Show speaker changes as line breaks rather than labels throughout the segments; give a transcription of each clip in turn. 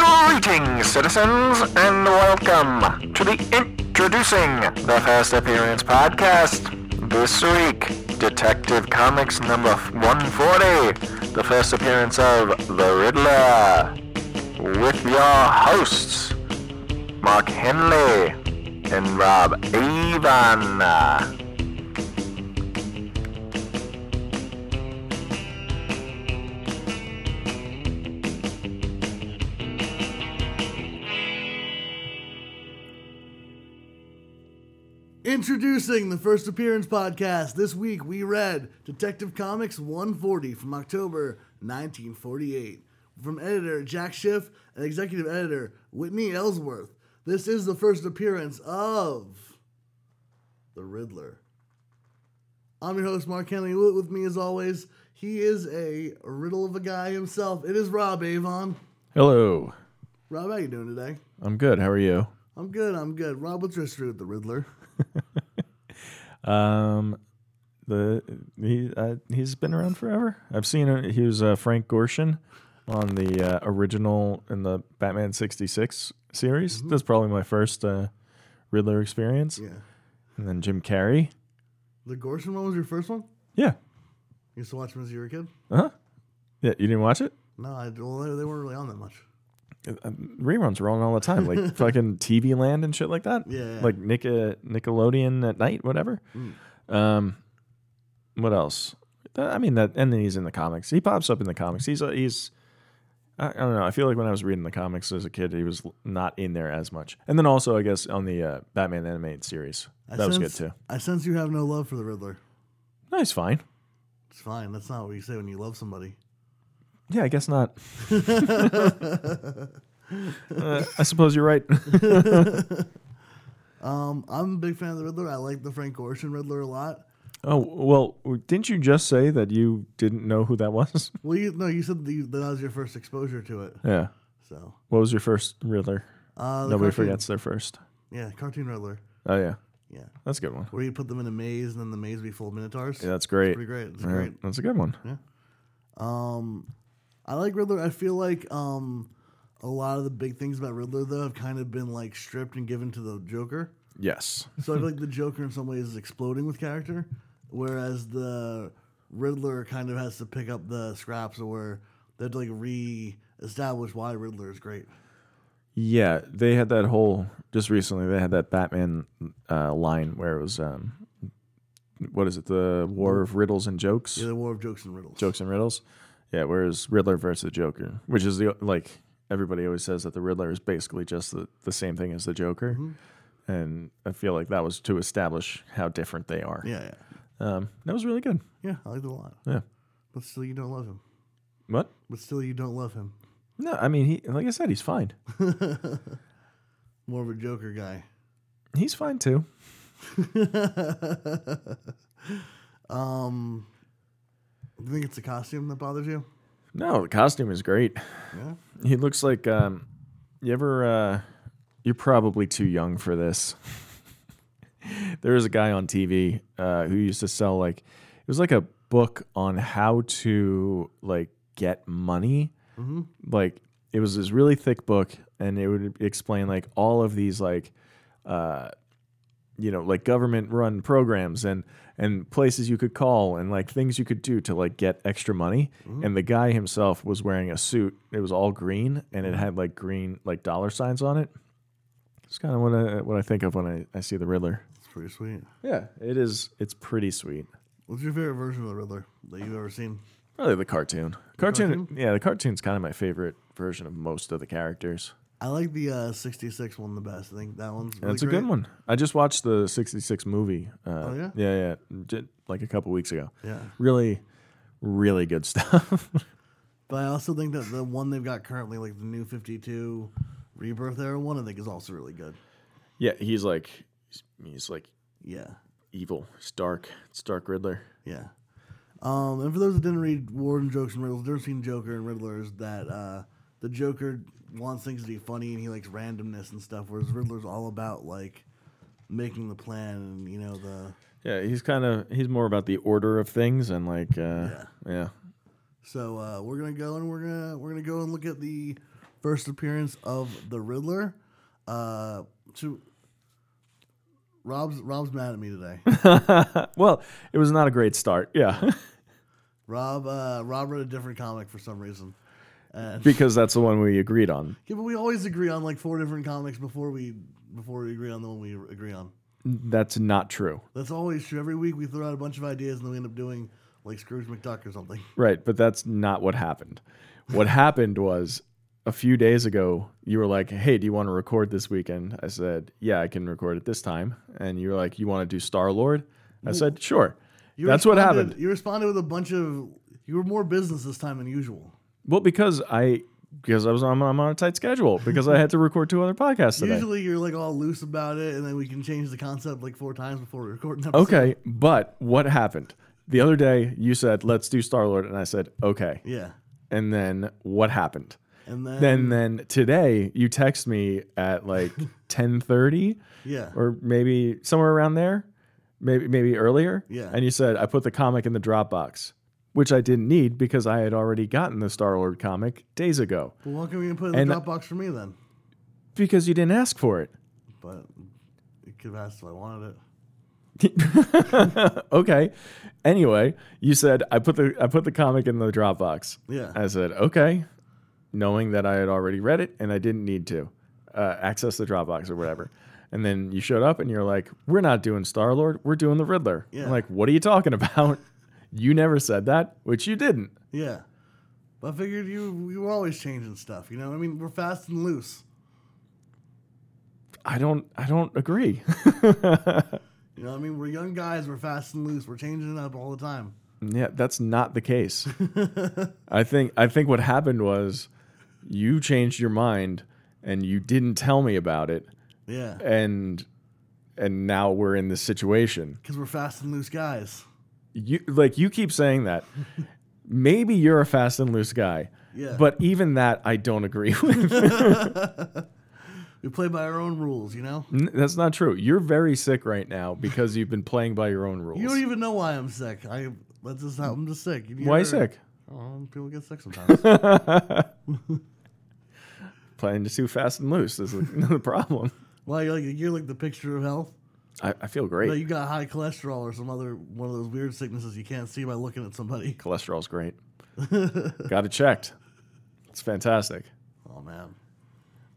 Greetings, citizens, and welcome to the Introducing the First Appearance podcast. This week, Detective Comics number 140, the first appearance of The Riddler, with your hosts, Mark Henley and Rob Avon.
Introducing the first appearance podcast. This week we read Detective Comics 140 from October 1948 from editor Jack Schiff and executive editor Whitney Ellsworth. This is the first appearance of the Riddler. I'm your host Mark Henley. With me, as always, he is a riddle of a guy himself. It is Rob Avon.
Hello.
Rob, how you doing today?
I'm good. How are you?
I'm good. I'm good. Rob, what's your history with the Riddler?
Um, the he uh, he's been around forever. I've seen him. He was uh, Frank Gorshin on the uh, original in the Batman '66 series. That's probably my first uh, Riddler experience.
Yeah.
And then Jim Carrey.
The Gorson one was your first one.
Yeah.
You used to watch him as you were a kid?
Uh huh. Yeah. You didn't watch it?
No, I, well, they, they weren't really on that much.
Reruns were on all the time, like fucking TV Land and shit like that.
Yeah.
Like Nick Nickelodeon at night, whatever.
Mm.
Um, what else? Th- I mean that, and then he's in the comics. He pops up in the comics. He's a, he's. I, I don't know. I feel like when I was reading the comics as a kid, he was l- not in there as much. And then also, I guess on the uh, Batman animated series,
I
that was good
sense-
too.
I sense you have no love for the Riddler.
No, he's fine.
It's fine. That's not what you say when you love somebody.
Yeah, I guess not. Uh, I suppose you're right.
Um, I'm a big fan of the Riddler. I like the Frank Gorshin Riddler a lot.
oh well, didn't you just say that you didn't know who that was?
Well, you no, you said that, you, that was your first exposure to it.
yeah.
So
What was your first Riddler?
uh, the
Nobody
cartoon-
forgets their first.
Yeah, cartoon Riddler.
Oh yeah,
Yeah,
that's a good one.
where you put them in a maze and then the maze be full of minotaurs.
Yeah, that's great.
pretty great. It's
Yeah,
great.
That's a good one.
Um, I like Riddler. I feel like um, a lot of the big things about Riddler though have kind of been like stripped and given to the Joker.
Yes.
So I feel like the Joker in some ways is exploding with character, whereas the Riddler kind of has to pick up the scraps or they have to like re-establish why Riddler is great.
Yeah, they had that whole just recently. They had that Batman uh, line where it was, um, what is it, the War of Riddles and Jokes,
Yeah, the War of Jokes and Riddles.
Jokes and Riddles. Yeah, whereas Riddler versus the Joker, which is the like everybody always says that the Riddler is basically just the, the same thing as the Joker, and I feel like that was to establish how different they are.
Yeah, yeah,
Um, that was really good.
yeah. I like it a lot.
Yeah.
But still, you don't love him.
What?
But still, you don't love him.
No, I mean he. Like I said, he's fine.
More of a Joker guy.
He's fine too.
um, you think it's the costume that bothers you?
No, the costume is great.
Yeah.
He looks like um you ever uh you're probably too young for this. there was a guy on TV uh who used to sell like it was like a book on how to like get money. Like it was this really thick book and it would explain like all of these like uh you know like government run programs and and places you could call and like things you could do to like get extra money and the guy himself was wearing a suit it was all green and it had like green like dollar signs on it it's kind of what I what I think of when I, I see the Riddler
It's pretty sweet.
yeah it is it's pretty sweet
What's your favorite version of the Riddler that you've ever seen?
probably the cartoon cartoon, yeah the cartoon's kind of my favorite version of most of the characters
I like the uh, 66 one the best. I think that one's really
that's a
great.
good one I just watched the 66 movie uh,
Oh, yeah?
yeah yeah j- like a couple weeks ago
Yeah.
really really good stuff
But I also think that the one they've got currently, like the new 52 Rebirth era one, I think is also really good.
Yeah, he's like he's, he's like
Yeah.
evil. It's dark. It's dark Riddler.
Yeah. Um, and for those that didn't read Warden Jokes and Riddles, the difference between Joker and Riddler is that uh, the Joker wants things to be funny and he likes randomness and stuff, whereas Riddler's all about like making the plan and you know the
Yeah, he's kind of he's more about the order of things and like uh yeah.
So uh, we're gonna go and we're gonna we're gonna go and look at the First appearance of the Riddler. Uh, to Rob's Rob's mad at me today.
well, it was not a great start. Yeah.
Rob uh, Rob read a different comic for some reason. And
because that's the one we agreed on.
yeah, but we always agree on like four different comics before we before we agree on the one we agree on.
That's not true.
That's always true. Every week we throw out a bunch of ideas and then we end up doing like Scrooge McDuck or something.
Right, but that's not what happened. What happened was a few days ago, you were like, "Hey, do you want to record this weekend?" I said, "Yeah, I can record it this time." And you were like, "You want to do Star Lord?" I said, "Sure."
You
that's what
responded-
happened.
You responded with a bunch of you were more business this time than usual.
Well, because I because I was on I'm on a tight schedule because I had to record two other podcasts today.
Usually you're like all loose about it, and then we can change the concept like four times before we record an episode.
Okay, but what happened? The other day, you said, "Let's do Star Lord," and I said, "Okay."
Yeah,
And then what happened?
and then,
Then then today, you text me at like 10:30.
yeah,
or maybe somewhere around there, maybe maybe earlier.
Yeah.
And you said I put the comic in the Dropbox, which I didn't need because I had already gotten the Star Lord comic days ago
well, why can we put it in
and-
the Dropbox for me then?
because you didn't ask for it.
But it could have asked if I wanted it.
okay. Anyway, you said I put the I put the comic in the Dropbox.
Yeah.
I said okay, knowing that I had already read it and I didn't need to uh, access the Dropbox or whatever. And then you showed up and you're like, "We're not doing Star Lord. We're doing the Riddler." I'm
Yeah.
like, what are you talking about? You never said that, which you didn't.
Yeah, but I figured you you were always changing stuff. You know, I mean, we're fast and loose.
I don't. I don't agree.
You know, I mean, we're young guys. We're fast and loose. We're changing it up all the time.
Yeah, that's not the case. I think I think what happened was you changed your mind and you didn't tell me about it
Yeah,
and and now we're in this situation.
because we're fast and loose guys.
You like you keep saying that. Maybe you're a fast and loose guy.
Yeah.
But even that I don't agree with.
We play by our own rules. You know,
N- that's not true. You're very sick right now because you've been playing by your own rules.
you don't even know why I'm sick. I that's just how I'm just sick. You
Why
ever-
sick?
Oh, people get sick sometimes.
Playing just too fast and loose is the problem.
like, like you're like the picture of health.
I, I feel
But
great.
you got high cholesterol or some other one of those weird sicknesses you can't see by looking at somebody.
Cholesterol's great. Got it checked. It's fantastic.
Oh man,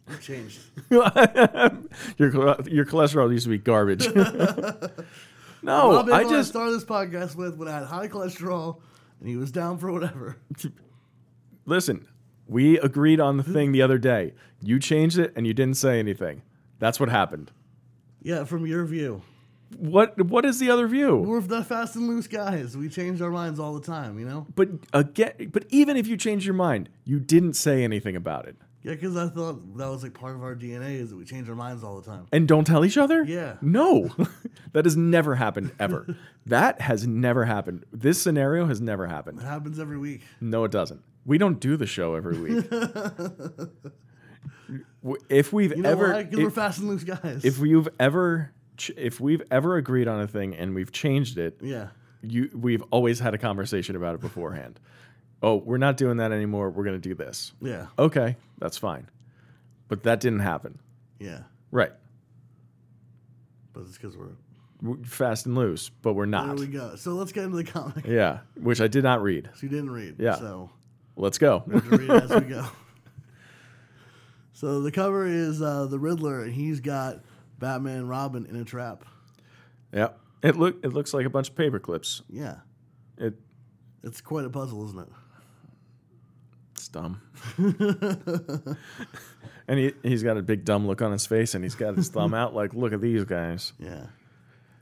you changed.
your chol- your cholesterol used to be garbage. no,
Rob
Oh, I
I
just
started this podcast with when I had high cholesterol and he was down for whatever.
listen. We agreed on the
Hmm.
thing the other day. You changed it and you didn't say anything. That's what happened.
Yeah, from your view,
What what is the other view?
we're the fast and loose guys. We change our minds all the time, you know.
But again, but even if you change your mind, you didn't say anything about it.
Yeah, because I thought that was like part of our DNA is that we change our minds all the time.
And don't tell each other?
Yeah.
No. that has never happened ever. that has never happened. This scenario has never happened.
It happens every week.
No, it doesn't. We don't do the show every week. W- if we've
You know
ever,
why? Because we're
if,
fast and loose guys.
if we've ever, ch- if we've ever agreed on a thing and we've changed it,
yeah,
you, we've always had a conversation about it beforehand. oh, we're not doing that anymore. We're going to do this.
yeah,
Okay, that's fine. But that didn't happen.
yeah.
Right.
But it's because we're
We're fast and loose, but we're
There
not.
we go. So let's get into the comic.
yeah, which I did not read.
So you didn't read.
Yeah.
So
Let's go.
we have to read it as we go. So the cover is uh, the Riddler, and he's got Batman and Robin in a trap.
yeah. It look it looks like a bunch of paper clips.
Yeah.
It
It's quite a puzzle, isn't it?
It's dumb. and he, he's got a big dumb look on his face and he's got his thumb out like, look at these guys.
Yeah.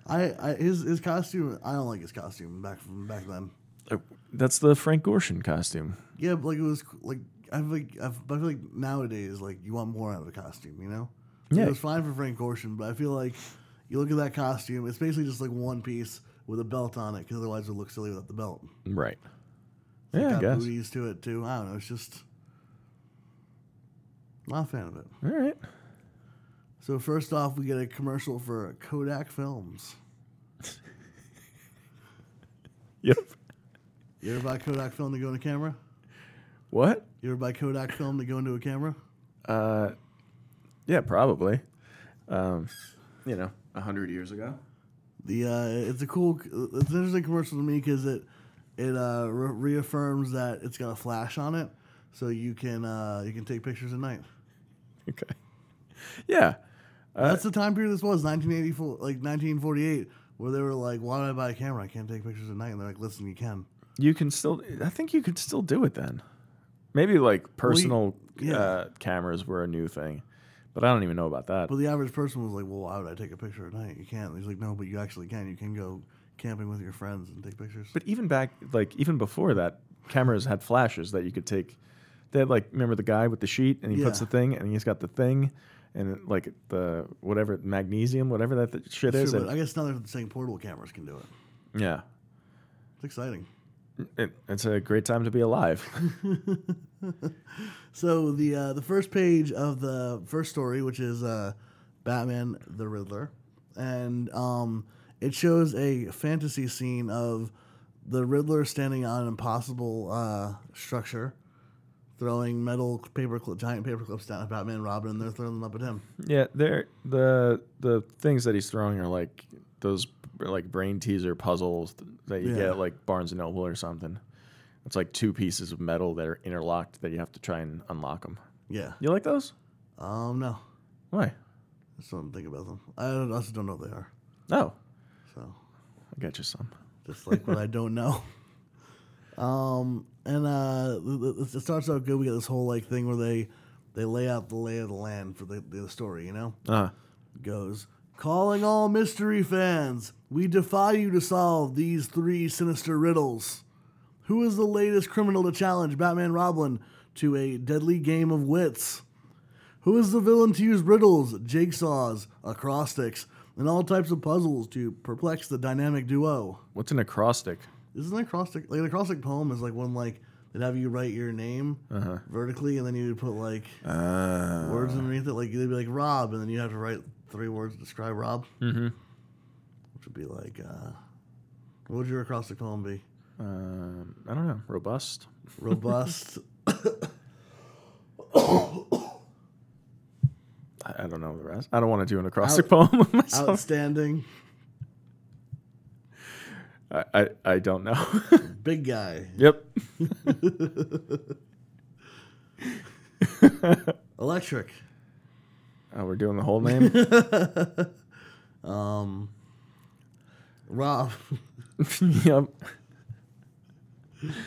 I, I his his costume I don't like his costume back from back then.
Uh, That's the Frank Gorshin costume.
Yeah, but like it was like I feel like I feel like nowadays like you want more out of a costume, you know?
Yeah.
It was fine for Frank Gorshin, but I feel like you look at that costume, it's basically just like one piece with a belt on it, because otherwise it would look silly without the belt.
Right.
It's
Yeah, I
got
guess.
booties to it too. I don't know. It's just not a fan of it.
All right.
So first off, we get a commercial for Kodak Films.
Yep.
You ever buy Kodak film to go into camera?
What?
You ever buy Kodak film to go into a camera?
Uh, yeah, probably. Um, you know, a hundred years ago.
The uh, it's a cool, it's an interesting commercial to me because it it uh, re- reaffirms that it's got a flash on it, so you can uh, you can take pictures at night.
Okay. Yeah. Uh,
That's the time period this was 1984, like 1948, where they were like, "Why did I buy a camera? I can't take pictures at night." And they're like, "Listen, you can."
You can still. I think you could still do it then. Maybe like personal
yeah.
uh, cameras were a new thing, but I don't even know about that.
But the average person was like, "Well, why would I take a picture at night? You can't." And he's like, "No, but you actually can. You can go camping with your friends and take pictures."
But even back, like even before that, cameras had flashes that you could take. They had like remember the guy with the sheet, and he puts
Yeah.
the thing, and he's got the thing, and like the whatever magnesium, whatever that th- shit
Sure,
is.
but
and-
I guess now they're saying portable cameras can do it.
yeah,
It's exciting.
It- it's a great time to be alive.
So the uh, the first page of the first story, which is uh, Batman the Riddler, and um, it shows a fantasy scene of the Riddler standing on an impossible uh, structure, throwing metal paper cli- giant paper clips down at Batman, and Robin, and they're throwing them up at him.
yeah, there the the things that he's throwing are like those like brain teaser puzzles that you
Yeah.
get at, like Barnes and Noble or something. It's like two pieces of metal that are interlocked that you have to try and unlock them.
Yeah.
You like those?
Um. No.
Why?
I just don't think about them. I, don't, I also don't know what they are.
No,
So
I got you some.
just like what I don't know. Um, and uh, th- th- it starts out good. We got this whole like thing where they they lay out the lay of the land for the, the story. You know,
Uh,
goes calling all mystery fans. We defy you to solve these three sinister riddles. Who is the latest criminal to challenge Batman Robin to a deadly game of wits? Who is the villain to use riddles, jigsaws, acrostics, and all types of puzzles to perplex the dynamic duo?
What's an acrostic?
Isn't an acrostic like an acrostic poem is like one like they'd have you write your name vertically and then you would put like words underneath it. Like they'd be like Rob, and then you have to write three words to describe Rob. Mm-hmm. Which would be like, uh, what would your acrostic poem be?
um, I don't know. Robust.
Robust.
I, I don't know the rest. I don't want to do an acrostic poem with myself.
outstanding.
I, I, I don't know.
Big guy.
yep.
Electric.
Oh, we're doing the whole name.
Um, Rob.
yep.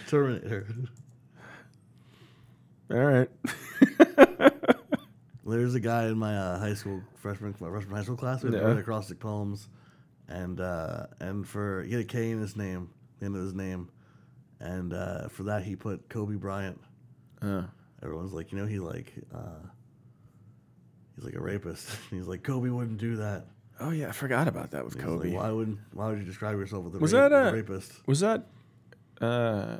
Terminator.
All right.
There's a guy in my uh, high school freshman my freshman high school class who
Yeah.
wrote acrostic poems, and uh, and for he had a K in his name, the end of his name, and uh, for that he put Kobe Bryant.
Uh,
Everyone's like, you know, he like uh, he's like a rapist. he's like Kobe wouldn't do that.
oh yeah, I forgot about that with
He's
Kobe.
Like, why wouldn't? Why would you describe yourself with a,
Was
ra-
that,
a
uh,
rapist?
was that? Uh,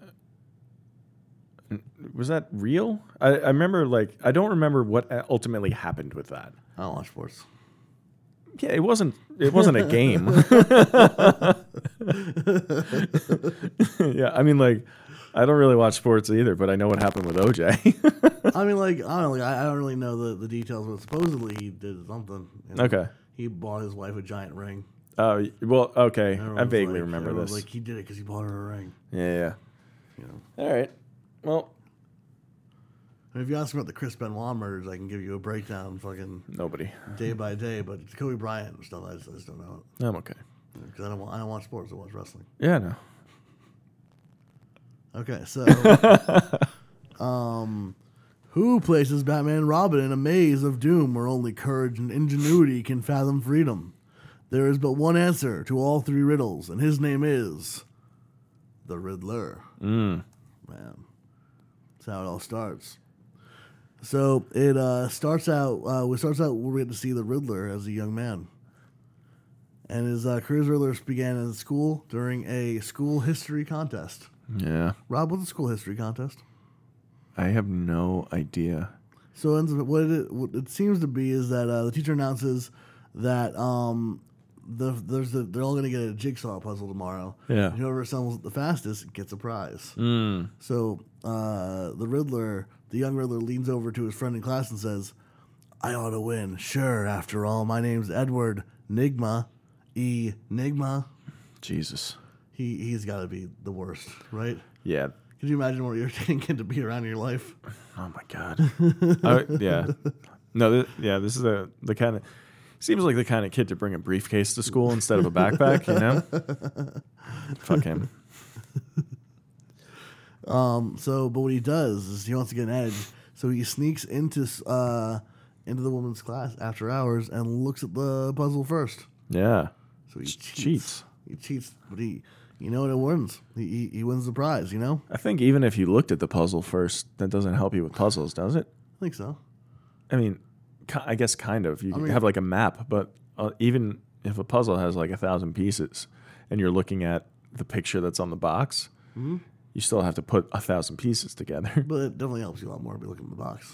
n- was that real? I, I remember like I don't remember what uh, ultimately happened with that.
I don't watch sports.
Yeah, it wasn't. It wasn't a game. yeah, I mean, like, I don't really watch sports either, but I know what happened with OJ.
I mean, like, I don't, know, like, I I don't really know the, the details, but supposedly he did something. you know.
Okay.
He bought his wife a giant ring.
Oh well, okay. I
Everyone's
vaguely
like-
remember
everyone's
this.
Like he did it because he bought her a ring.
yeah, yeah.
You know,
All right. Well,
I mean, if you ask me about the Chris Benoit murders, I can give you a breakdown, fucking
nobody.
day by day. But it's Kobe Bryant and stuff, I just, I just don't know
I'm okay.
because I don't, wa- I don't watch sports. I watch wrestling.
Yeah, no.
Okay, so, um, who places Batman and Robin in a maze of doom where only courage and ingenuity can fathom freedom? There is but one answer to all three riddles, and his name is the Riddler. Man, that's how it all starts. So it uh, starts out. Uh, it starts out where we get to see the Riddler as a young man, and his uh, career as Riddler began in school during a school history contest.
Yeah,
Rob, what's a school history contest?
I have no idea.
So it ends up, what it, what it seems to be is that uh, the teacher announces that um, the, there's the, they're all going to get a jigsaw puzzle tomorrow.
Yeah.
And whoever assembles it the fastest gets a prize.
Mm.
So uh, the Riddler The young Riddler leans over to his friend in class and says, I ought to win. Sure, after all, my name's Edward Nigma. E Nigma.
Jesus.
He, he's got to be the worst, right?
Yeah.
Could you imagine a more irritating kid to be around in your life?
Oh my god. I- yeah. No. Th- yeah. This is a the kind of seems like the kind of kid to bring a briefcase to school instead of a backpack. You know. Fuck him.
So, but what he does is he wants to get an edge. So he sneaks into uh, into the woman's class after hours and looks at the puzzle first.
Yeah.
So he cheats.
cheats.
He cheats, but he, you know what? It wins. He, he he wins the prize. You know.
I think even if you looked at the puzzle first, that doesn't help you with puzzles, does it?
I think so.
I mean, ki- I guess kind of. You
mean-
have like a map, but uh, even if a puzzle has like a thousand pieces, and you're looking at the picture that's on the box, you still have to put a thousand pieces together.
But it definitely helps you a lot more if you look at the box.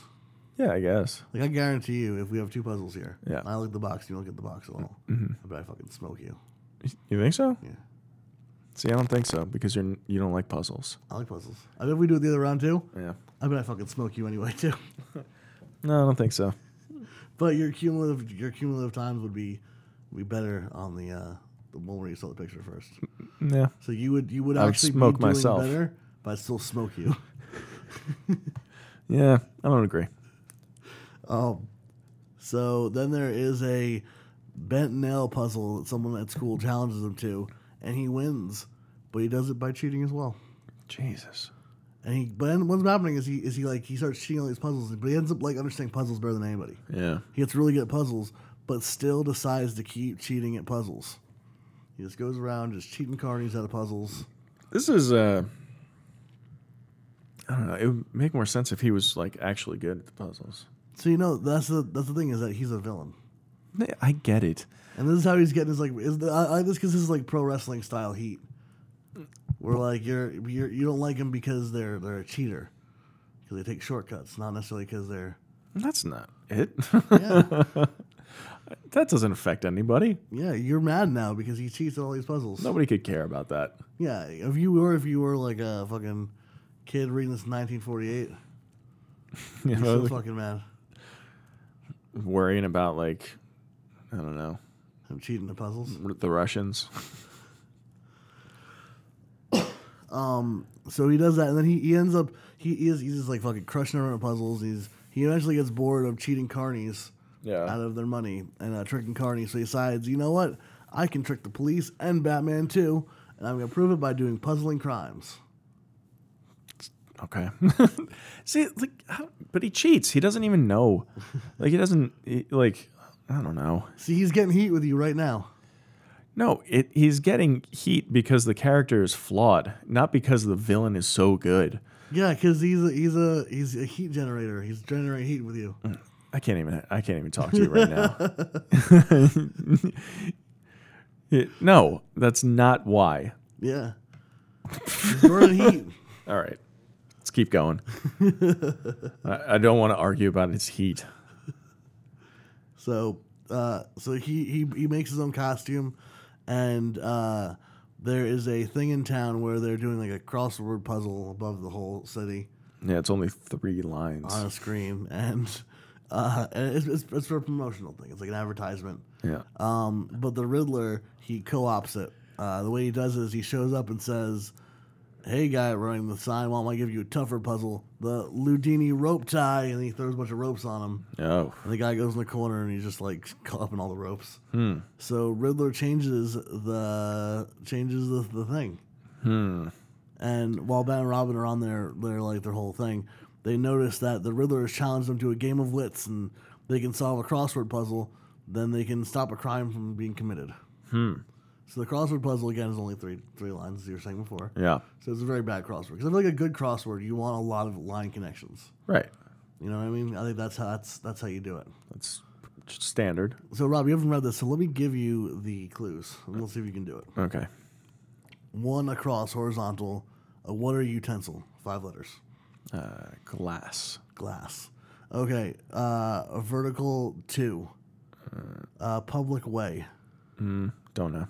yeah, I guess.
Like I guarantee you, if we have two puzzles here,
Yeah. Mm-hmm.
and I look at the box, and you look at the box at all. I bet I fucking smoke you.
You think so?
Yeah.
See, I don't think so because you're n- you don't like puzzles.
I like puzzles. I bet if we do it the other round too,
Yeah.
I bet I fucking smoke you anyway too.
No, I don't think so.
But your cumulative your cumulative times would be would be better on the uh, the one where you saw the picture first.
Yeah.
So you would you would
I would
actually
smoke
be doing
myself.
better, but I'd still smoke you.
Yeah, I don't agree.
Um, So then there is a bent nail puzzle that someone at school challenges him to, and he wins, but he does it by cheating as well.
Jesus.
And he but then what's happening is he is he like he starts cheating on these puzzles, but he ends up like understanding puzzles better than anybody.
Yeah.
He gets really good at puzzles, but still decides to keep cheating at puzzles. He just goes around just cheating carnies out of puzzles.
This is uh I don't know. It would make more sense if he was like actually good at the puzzles.
So you know that's the that's the thing is that he's a villain,
Yeah, I get it.
and this is how he's getting his like is the, I, I this because this is like pro wrestling style heat, where like you're you're you don't like him because they're they're a cheater, because they take shortcuts, not necessarily because they're
That's not it.
yeah
that doesn't affect anybody.
yeah you're mad now because he cheats at all these puzzles.
Nobody could care about that.
Yeah, if you were if you were like a fucking kid reading this in 1948,
You
you're
know,
so
like,
fucking mad.
worrying about like I don't know,
I'm cheating at puzzles.
r- the Russians.
So he does that, and then he, he ends up he, he is he's just like fucking crushing around puzzles. He's he eventually gets bored of cheating carnies
Yeah.
out of their money and uh, tricking carnies. So he decides, you know what, I can trick the police and Batman too, and I'm gonna prove it by doing puzzling crimes.
Okay. See, like, how, but he cheats. He doesn't even know. Like, he doesn't. He, like, I don't know.
See, he's getting heat with you right now.
No, it. He's getting heat because the character is flawed, not because the villain is so good.
Yeah, because he's a, he's a he's a heat generator. He's generating heat with you.
I can't even. I can't even talk to you right now. It- no, that's not why.
Yeah, he's burning heat.
All right, let's keep going. I, I don't want to argue about his heat.
So uh, so he, he he makes his own costume, and uh, there is a thing in town where they're doing like a crossword puzzle above the whole city
Yeah, it's only three lines.
on a screen, and uh, and it's, it's it's for a promotional thing. It's like an advertisement.
yeah.
Um, but the Riddler he co-ops it. Uh, the way he does it is he shows up and says. Hey guy running the sign, why don't I give you a tougher puzzle? The Ludini rope tie, and he throws a bunch of ropes on him.
Oh.
And the guy goes in the corner and he's just like caught up in all the ropes. So Riddler changes the changes the, the thing. And while Bat and Robin are on their their like their whole thing, they notice that the Riddler has challenged them to a game of wits, and they can solve a crossword puzzle. Then they can stop a crime from being committed. So the crossword puzzle again is only three three lines, as you were saying before.
Yeah.
So it's a very bad crossword. Because I feel like a good crossword, you want a lot of line connections.
Right.
You know what I mean? I think that's how that's that's how you do it.
That's standard.
So, Rob, you haven't read this, so let me give you the clues, and we'll see if you can do it.
Okay.
One across, horizontal, a water utensil, five letters,
Uh, glass.
glass. Okay, uh, a vertical, two, uh, public way,
Don't know.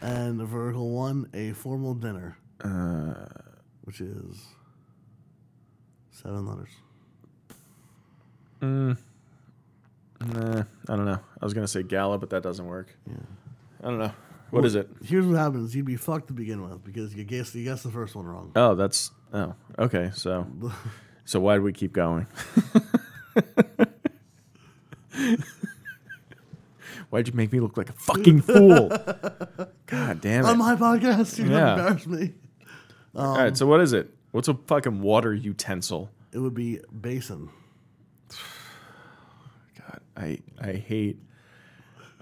and a vertical one, a formal dinner, which is Seven letters.
Nah, I don't know. I was gonna say gala, but that doesn't work.
Yeah.
I don't know. What is it?
Here's what happens. You'd be fucked to begin with because you guess you guessed the first one wrong.
Oh, that's oh okay. So so why do we keep going? Why'd you make me look like a fucking fool? God damn it!
On my podcast, you
Yeah.
yeah. embarrass me.
All right, so what is it? What's a fucking water utensil?
It would be basin.
God, I I hate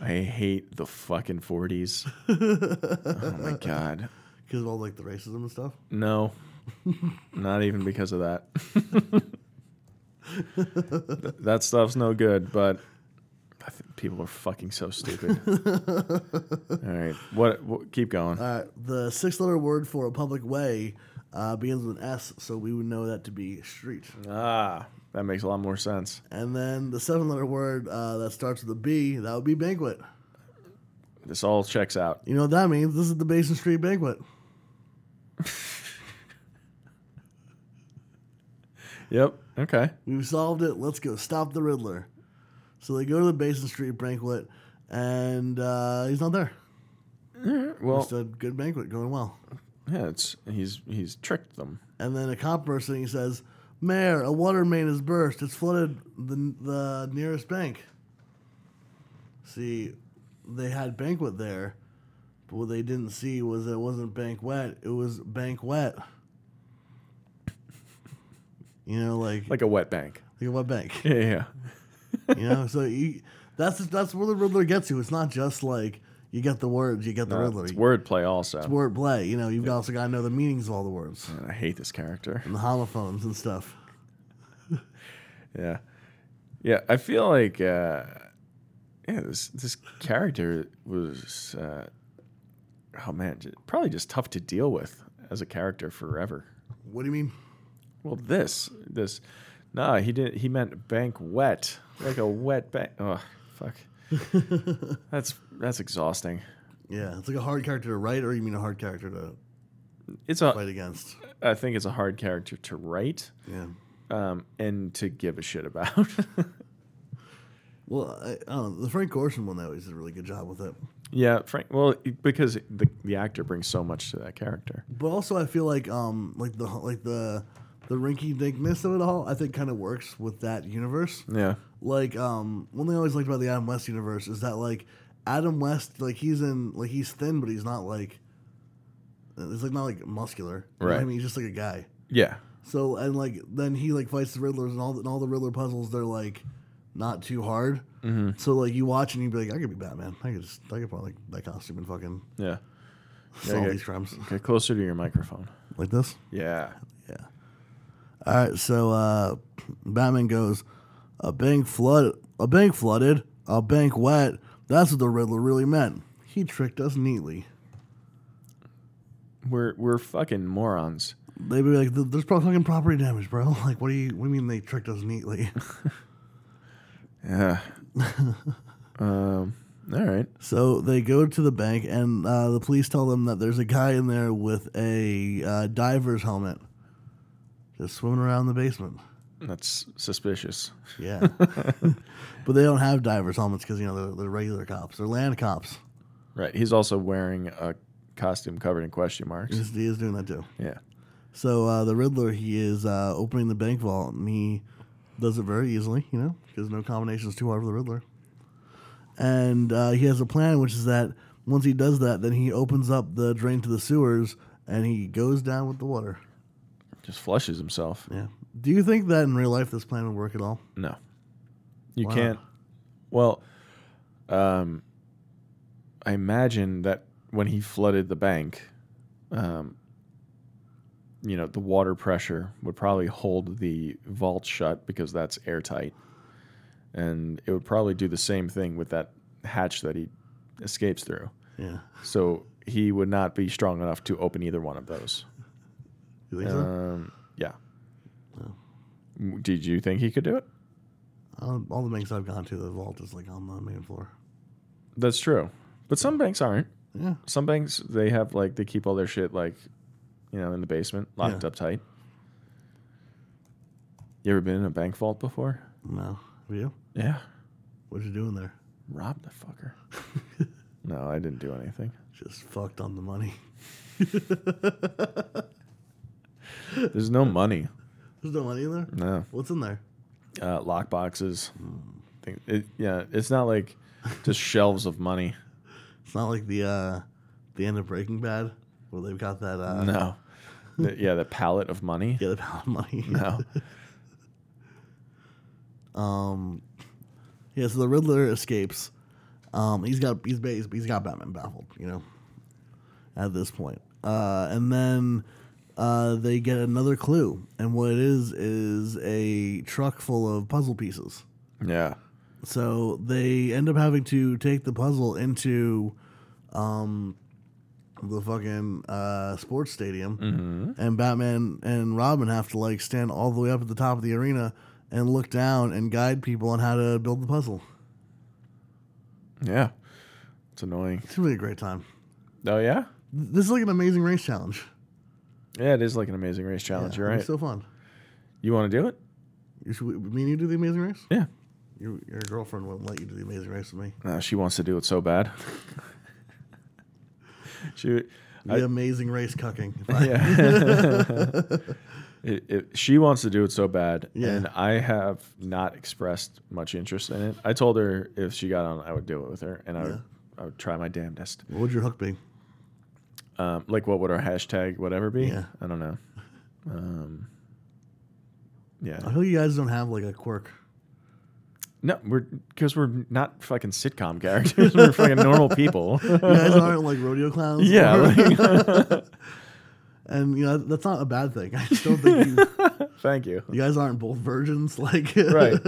I hate the fucking forties. oh my god.
Because of all like the racism and stuff.
No. Not even because of that. Th- that stuff's no good, but I think people are fucking so stupid. All right. What, what keep going.
All right, the six-letter word for a public way uh, begins with an S, so we would know that to be street.
Ah, that makes a lot more sense.
And then the seven-letter word uh, that starts with a B, that would be banquet.
This all checks out.
You know what that means? This is the Basin Street banquet.
Yep. Okay.
We've solved it. Let's go stop the Riddler. So they go to the Basin Street banquet, and uh, he's not there.
Well,
It's a good banquet, going well.
yeah, it's he's he's tricked them.
And then a cop bursts in and he says, "Mayor, a water main has burst. It's flooded the the nearest bank." See, they had banquet there, but what they didn't see was it wasn't bank wet. It was bank wet. You know, like like,
Like a wet bank.
what bank?
Yeah, yeah, yeah.
You know, so you, that's that's where the Riddler gets you. It's not just like you get the words, you get the
Uh,
Riddler.
it's
You-
wordplay also.
word play. You know, you've also got to know the meanings of all the words
Man, I hate this character.
and the homophones and stuff.
Yeah, yeah. I feel like uh, yeah, this this character was uh, oh man, j- probably just tough to deal with as a character forever.
What do you mean?
Well, this this nah, he didn't. He meant bank wet, like a wet bank. Oh fuck, that's that's exhausting.
Yeah, it's like a hard character to write, or you mean a hard character to
It's
fight
a
against?
I think it's a hard character to write
Yeah.
um, and to give a shit about.
Well, I, I don't know. The Frank Corson one, though, he did a really good job with it.
yeah, Frank. Well, because the the actor brings so much to that character.
But also, I feel like um, like the like the the rinky dinkness of it all, I think, kind of works with that universe.
Yeah.
Like, um, one thing I always liked about the Adam West universe is that like Adam West, like he's in like he's thin, but he's not like it's like not like muscular. You know what I
Right.
mean, he's just like a guy.
Yeah.
So and like then he like fights the Riddlers and all the, and all the Riddler puzzles they're like not too hard. Mm-hmm. So like you watch and you'd be like, I could be Batman. I could just I could probably like that costume and fucking
Yeah.
solve
okay.
these crimes
Get closer to your microphone.
like this.
Yeah.
All right, so uh, Batman goes, a bank flood, a bank flooded, a bank wet. That's what the Riddler really meant. He tricked us neatly.
We're we're fucking morons.
They'd be like, "There- "There's probably fucking property damage, bro." Like, what do you? What do you mean they tricked us neatly?
Yeah. um all right.
So they go to the bank, and uh, the police tell them that there's a guy in there with a uh, diver's helmet, just swimming around the basement.
That's suspicious.
Yeah, but they don't have divers helmets because you know they're, they're regular cops, they're land cops.
Right. He's also wearing a costume covered in question marks.
He's- He is doing that too.
Yeah.
So uh, the Riddler, he is uh, opening the bank vault, and he does it very easily, you know, because no combination is too hard for the Riddler. And uh, he has a plan, which is that once he does that, then he opens up the drain to the sewers, and he goes down with the water.
Just flushes himself.
Yeah. Do you think that in real life this plan would work at all?
No. You
Why not?
can't well um I imagine that when he flooded the bank, um you know, the water pressure would probably hold the vault shut because that's airtight. And it would probably do the same thing with that hatch that he escapes through.
Yeah.
So he would not be strong enough to open either one of those.
You think so?
Um, yeah. Did you think he could do it?
All, all the banks I've gone to, the vault is like on the main floor.
That's true. But some banks aren't.
Yeah.
Some banks they have like they keep all their shit like you know in the basement, locked
Yeah.
up tight. You ever been in a bank vault before?
No. Have you?
Yeah.
What you doing there?
Robbed a fucker. no, I didn't do anything.
Just fucked on the money.
There's no money.
There's no money in there?
No.
What's in there?
Uh, lock boxes. Think it, yeah, it's not like just shelves of money.
It's not like the uh the end of Breaking Bad where they've got that uh
No. The- yeah, the pallet of money.
get a pound of money.
No.
Um Yeah, so the Riddler escapes. Um he's got he's ba- he's got Batman baffled, you know. At this point. Uh and then uh they get another clue. And what it is is a truck full of puzzle pieces.
Yeah.
So they end up having to take the puzzle into um, the fucking uh, sports stadium,
Mm-hmm.
and Batman and Robin have to like stand all the way up at the top of the arena and look down and guide people on how to build the puzzle.
Yeah. It's annoying.
It's really a great time.
Oh, yeah?
Th- This is like an amazing race challenge.
Yeah, it is like an amazing race challenge. You're right.
It's so fun. You
you want to do it?
should we, me and you do the amazing race.
Yeah.
Your, your girlfriend wouldn't let you do the amazing race with me.
No, she wants to do it so bad. she,
The
I,
amazing race cucking. If I-
it, it, she wants to do it so bad,
Yeah.
and I have not expressed much interest in it. I told her if she got on, I would do it with her, and I would, I would try my damnedest.
What would your hook be?
Um, like, what would our hashtag whatever be?
Yeah.
I don't know. Um, yeah,
I feel you guys don't have like a quirk.
no, we're because we're not fucking sitcom characters. we're fucking normal people.
you guys aren't like rodeo clowns.
Uh-huh. yeah, like-
and you know that's not a bad thing. I just don't think you,
thank you.
you guys aren't both virgins. Like
right.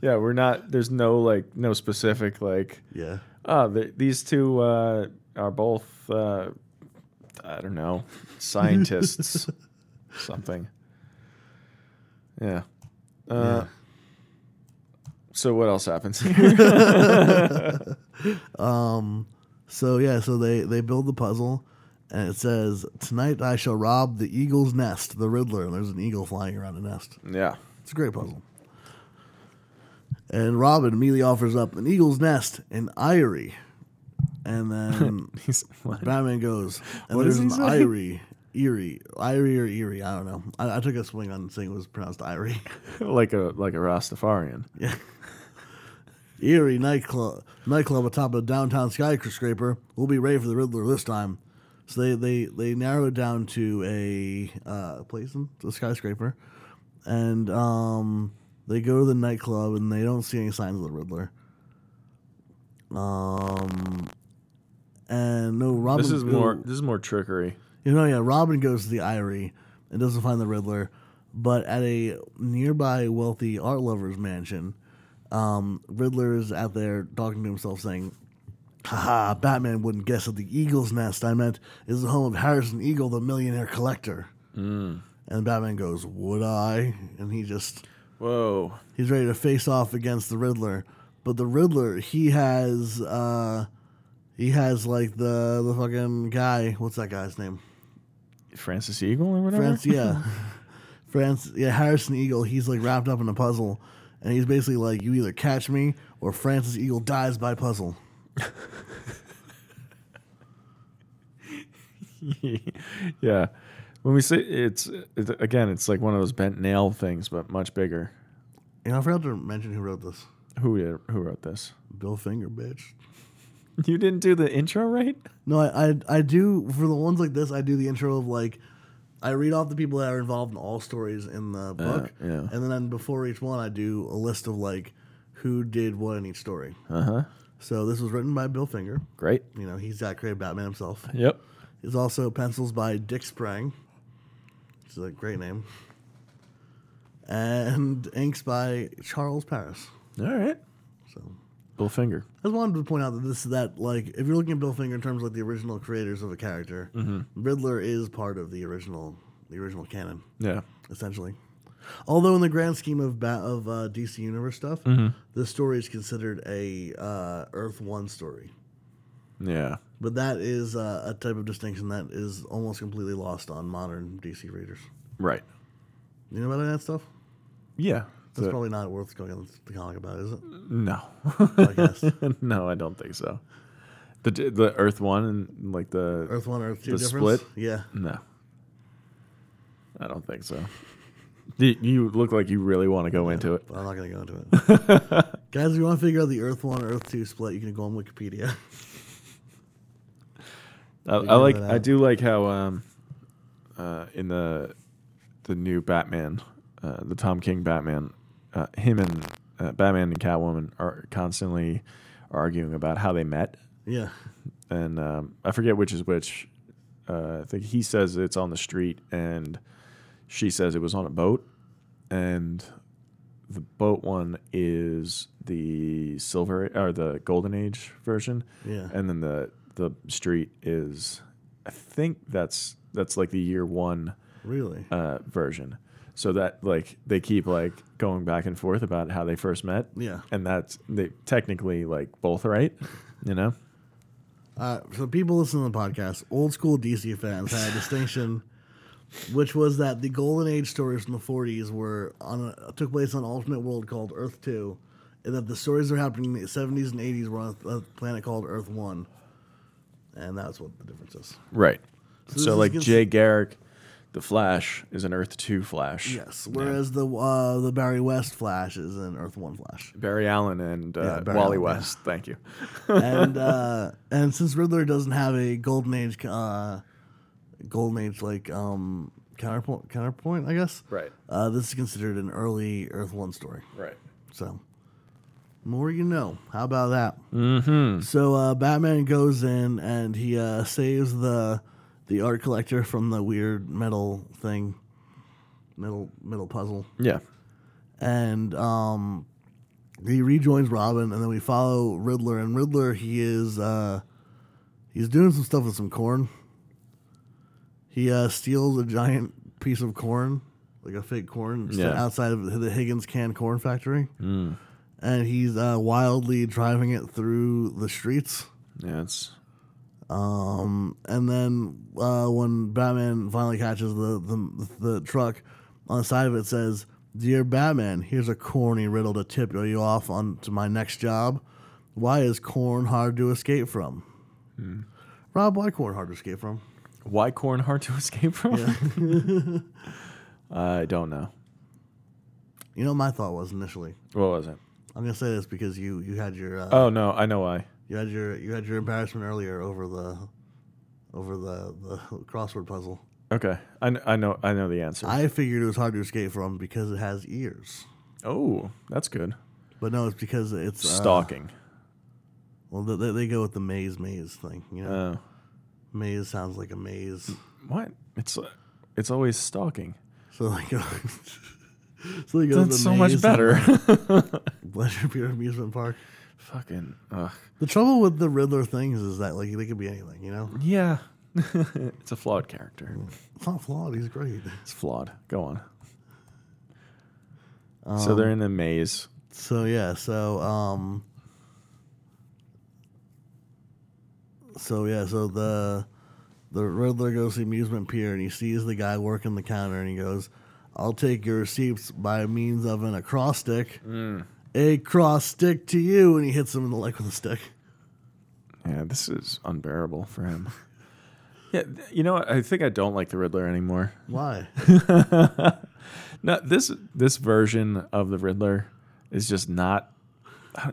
Yeah, we're not. There's no like no specific like.
yeah.
Oh, the, these two uh, are both. Uh, I don't know, scientists, something. Yeah. Uh, So what else happens here?
So yeah, so they they build the puzzle, and it says tonight I shall rob the eagle's nest, the Riddler. And there's an eagle flying around a nest.
yeah.
It's a great puzzle. And Robin immediately offers up an eagle's nest in Eyrie, and then
He's, what?
Batman goes, and
What
there's
does
an
he say?
Irie. Eerie. Irie or Eerie. I don't know. I, I took a swing on saying it was pronounced Irie.
like a like a Rastafarian.
Eerie nightclub, nightclub atop a downtown skyscraper. We'll be ready for the Riddler this time. So they, they, they narrow it down to a uh, place, in a skyscraper. And um, they go to the nightclub and they don't see any signs of the Riddler. Um, and no, Robin.
This is
ooh.
more this is more trickery.
You know, yeah, Robin goes to the Eyrie and doesn't find the Riddler, but at a nearby wealthy art lover's mansion, um, Riddler is out there talking to himself, saying, Haha, Batman wouldn't guess that the Eagle's Nest, I meant, is the home of Harrison Eagle, the millionaire collector. And Batman goes, Would I? And he just,
Whoa.
he's ready to face off against the Riddler. But the Riddler, he has, uh, he has like the, the fucking guy, what's that guy's name?
Francis Eagle or whatever.
France, yeah. France, yeah, Harrison Eagle, he's like wrapped up in a puzzle. And he's basically like, you either catch me or Francis Eagle dies by puzzle.
yeah. When we say it's it, again, it's like one of those bent nail things, but much bigger.
And I forgot to mention who wrote this
Who did, who wrote this?
Bill Finger, bitch.
You didn't do the intro right.
No, I, I, I do, for the ones like this, I do the intro of like, I read off the people that are involved in all stories in the book.
yeah.
And then before each one, I do a list of like who did what in each story.
Uh huh.
So this was written by Bill Finger.
Great.
You know, he's got creative Batman himself.
Yep.
is also pencils by Dick Sprang, which is a great name, and inks by Charles Paris.
All right.
So
Bill Finger.
I just wanted to point out that this is that like if you're looking at Bill Finger in terms of like the original creators of a character, Riddler is part of the original the original canon
Yeah.
essentially. Although in the grand scheme of ba- of uh, DC Universe stuff, this story is considered a uh, Earth One story.
Yeah.
But that is uh, a type of distinction that is almost completely lost on modern DC readers.
Right.
You know about any of that stuff?
Yeah.
That's
the-
probably not worth going on the comic about, is it?
no.
Podcast.
no, I don't think so. The the Earth one and like the
Earth One, Earth Two
The
difference.
split?
Yeah.
no. I don't think so. You- You look like you really want to go into it.
But I'm not gonna go into it. Guys, if you want to figure out the Earth One, Earth Two split, you can go on Wikipedia.
I, I
give
like.
it
I
out.
do like how um, uh, in the the new Batman, uh, the Tom King Batman, uh, him and uh, Batman and Catwoman are constantly arguing about how they met,
yeah.
and um, I forget which is which. Uh, I think he says it's on the street, and she says it was on a boat, and the boat one is the silver or the golden age version
Yeah.
and then the the street is i think that's that's like the year one
Really?
uh version so that like they keep like going back and forth about how they first met
Yeah.
and that's they technically like both right you know
Uh, so people listening to the podcast, old school DC fans had a distinction, which was that the Golden Age stories from the '40s were on a, took place on an alternate world called Earth Two, and that the stories that were happening in the '70s and '80s were on a planet called Earth One, and that's what the difference is.
right
So
so,
this is
like
against-
jay garrick the flash is an earth 2 flash
Yes. Whereas the uh, the Barry West Flash is an Earth One Flash,
barry allen and uh,
Yeah, Barry
wally
Allen, yeah.
west thank you
and uh, and since Riddler doesn't have a Golden Age, uh, Golden Age like um, counterpoint, counterpoint, I guess.
Right.
Uh, this is considered an early Earth One story.
right
So, more you know. How about that? Mm-hmm. So uh, Batman goes in and he uh, saves the the art collector from the weird metal thing, metal metal puzzle
yeah
and um, he rejoins Robin, and then we follow Riddler. And Riddler, he is uh, he's doing some stuff with some corn. He uh, steals a giant piece of corn, like a fake corn, st-
Yeah.
outside of the Higgins canned corn factory, and he's uh, wildly driving it through the streets.
yeah it's
Um, and then uh, when Batman finally catches the, the the truck, on the side of it says, "Dear Batman, here's a corny riddle to tip you off on to my next job. Why is corn hard to escape from?" Rob, why corn hard to escape from?
why corn hard to escape from i don't know
You know, what my thought was initially.
what was it
I'm gonna say this because you you had your uh,
Oh no, I know why.
you had your you had your embarrassment earlier over the over the the crossword puzzle.
Okay, I, kn- I know I know the answer.
I figured it was hard to escape from because it has ears.
oh, that's good.
But no, it's because it's uh,
Stalking.
Well, they- they, they go with the maze maze thing. You know,
Uh,
maze sounds like a maze.
what? It's uh, it's always stalking.
So like, so they go with the
That's so much
maze
better.
and Pleasure Pier amusement park.
Fucking. Ugh.
The trouble with the Riddler things is that like they could be anything. You know,
Yeah. it's a flawed character.
it's not flawed. He's great.
It's flawed. Go on. so they're in a maze.
So yeah. So um. So yeah. So the the Riddler goes to the amusement pier and he sees the guy working the counter and he goes, "I'll take your receipts by means of an acrostic."
Mm.
A cross stick to you, and he hits him in the leg with a stick.
Yeah, this is unbearable for him. yeah, th- you know, what? I think I don't like the Riddler anymore.
Why?
No, this this version of the Riddler is just not.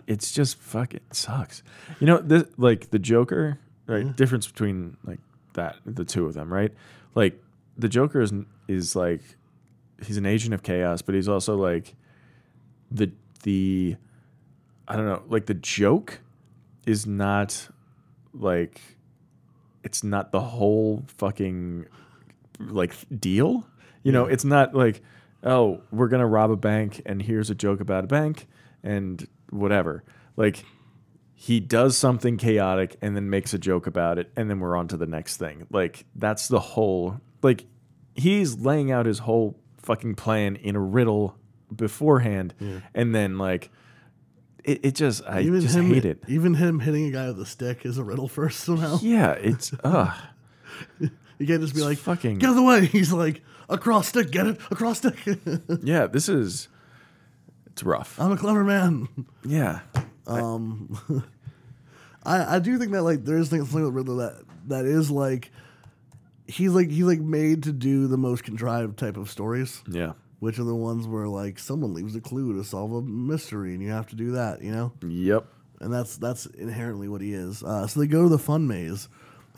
It's just fucking sucks. You know, this like the Joker, right? Difference between like that the two of them, right? Like the Joker is is like he's an agent of chaos, but he's also like the the I don't know, like the joke is not like it's not the whole fucking like deal. You know, it's not like, oh, we're gonna rob a bank and here's a joke about a bank and whatever. Like he does something chaotic and then makes a joke about it and then we're on to the next thing. Like that's the whole like he's laying out his whole fucking plan in a riddle beforehand and then like it, it just I just
him,
hate it.
Even him hitting a guy with a stick is a riddle first somehow.
Yeah, it's ugh.
You can't just be like,
fucking-
get out of the way." He's like, "Across stick, get it, across stick."
Yeah, this is It's rough.
I'm a clever man.
Yeah.
I, I do think that like there is thing- something with Riddler that that is like he's like he's like made to do the most contrived type of stories,
Yeah.
which are the ones where like someone leaves a clue to solve a mystery and you have to do that, you know.
Yep.
and that's that's inherently what he is. Uh, so they go to the fun maze,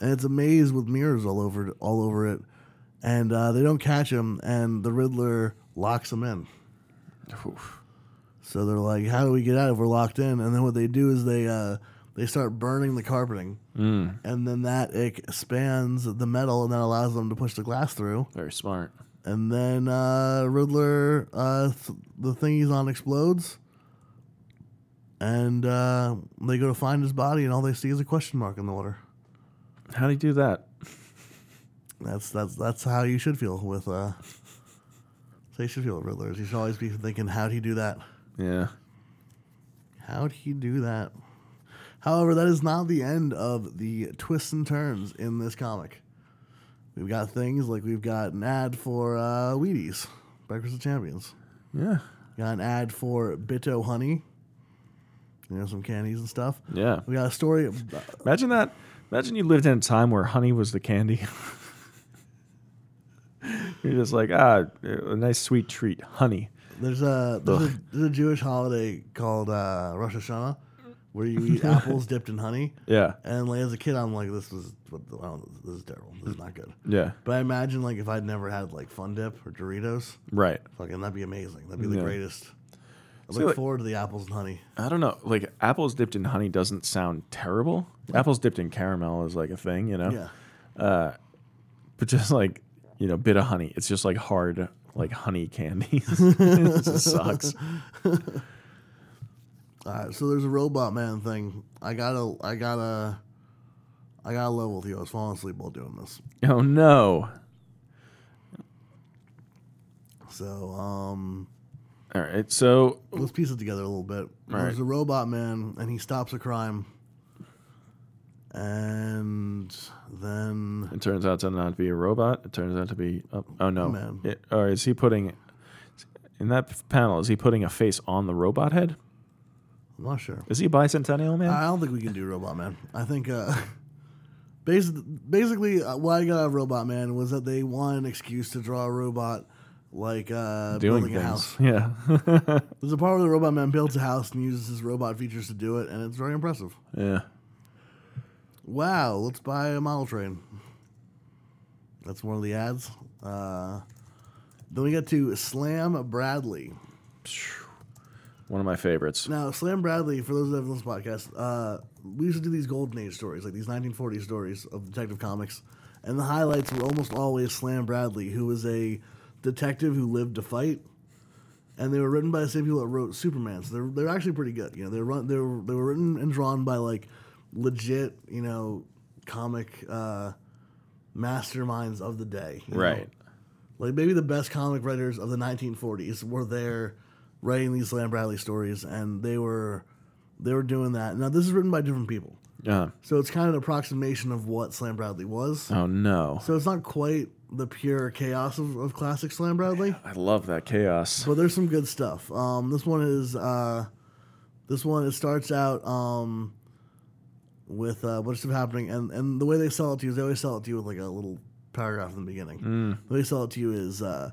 and it's a maze with mirrors all over it, all over it, and uh, they don't catch him, and the Riddler locks him in.
Oof.
So they're like, "How do we get out if we're locked in?" And then what they do is they uh, they start burning the carpeting, mm. and then that expands the metal, and that allows them to push the glass through.
Very smart.
And then uh, Riddler, uh, th- the thing he's on explodes. And uh, they go to find his body, and all they see is a question mark in the water.
How do you do that?
That's that's that's how you should feel with. Uh, so you should feel with Riddlers. You should always be thinking, "How'd he do that?
Yeah.
How'd he do that?" However, that is not the end of the twists and turns in this comic. We've got things like we've got an ad for uh, Wheaties, Breakfast of Champions.
Yeah.
Got an ad for Bitto Honey. You know, some candies and stuff.
Yeah.
We got a story. uh, Of,
Imagine that. Imagine you lived in a time where honey was the candy. You're just like, ah, a nice sweet treat, honey.
there's, a, there's, a, there's a Jewish holiday called uh, Rosh Hashanah where you eat apples dipped in honey.
Yeah.
And like, as a kid, I'm like, this is what the- I don't, this is terrible. This is not good.
Yeah.
But I imagine like if I'd never had like Fun Dip or Doritos,
Right.
fucking that'd be amazing. That'd be the
Yeah.
greatest. I
See,
look
like-
forward to the apples and honey.
I don't know. Like apples dipped in honey doesn't sound terrible. Apples dipped in caramel is like a thing, you know.
Yeah.
But just like you know, bit of honey. It's just like hard, like honey candy. it just sucks.
Alright, so there's a robot man thing. I gotta, I gotta, I gotta level with you. I was falling asleep while doing this.
Oh no.
So, um,
All right. So
let's piece it together a little bit. There's
right.
a robot man, and he stops a crime, and then
It turns out to not be a robot. It turns out to be oh, oh no.
Man.
It- or is he putting in that panel? Is he putting a face on the robot head?
I'm not sure.
Is he bicentennial man?
I don't think we can do Robot Man. I think uh, basically, basically uh, why I got out of Robot Man was that they want an excuse to draw a robot like uh,
Doing
building a
things.
house.
Yeah.
There's a part where the Robot Man builds a house and uses his robot features to do it, and it's very impressive.
yeah.
Wow, let's buy a model train. That's one of the ads. Uh, then we get to Slam Bradley.
One of my favorites.
Now, Slam Bradley, for those that have listened to this podcast, uh, we used to do these golden age stories, like these 1940s stories of Detective Comics. And the highlights were almost always Slam Bradley, who was a detective who lived to fight. And they were written by the same people that wrote Superman, so they're, they're actually pretty good. You know, they're run, they were they were written and drawn by like legit, you know, comic uh, masterminds of the day. you know?
Right.
Like maybe the best comic writers of the 1940s were there writing these Lamb Bradley stories, and they were they were doing that. Now this is written by different people,
Yeah.
so it's kind of an approximation of what Slam Bradley was.
Oh no.
So it's not quite the pure chaos of, of classic Slam Bradley,
I love that chaos.
but there's some good stuff. Um, this one is uh, this one it starts out um, with uh, what's happening, and and the way they sell it to you is they always sell it to you with like a little paragraph in the beginning. The way they sell it to you is uh,